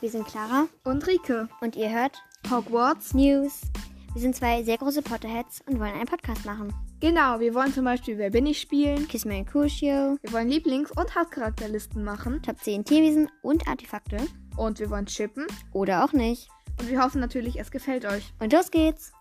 Wir sind Clara Und Rike. und ihr hört Hogwarts? News. Wir sind zwei sehr große Potterheads und wollen einen Podcast machen. Genau, wir wollen zum Beispiel Wer bin ich spielen. Kiss My Crucio, Wir wollen Lieblings- und Hasscharakterlisten machen. Top 10 Tierwesen und Artefakte. Und wir wollen chippen. Oder auch nicht. Und wir hoffen natürlich, es gefällt euch. Und los geht's!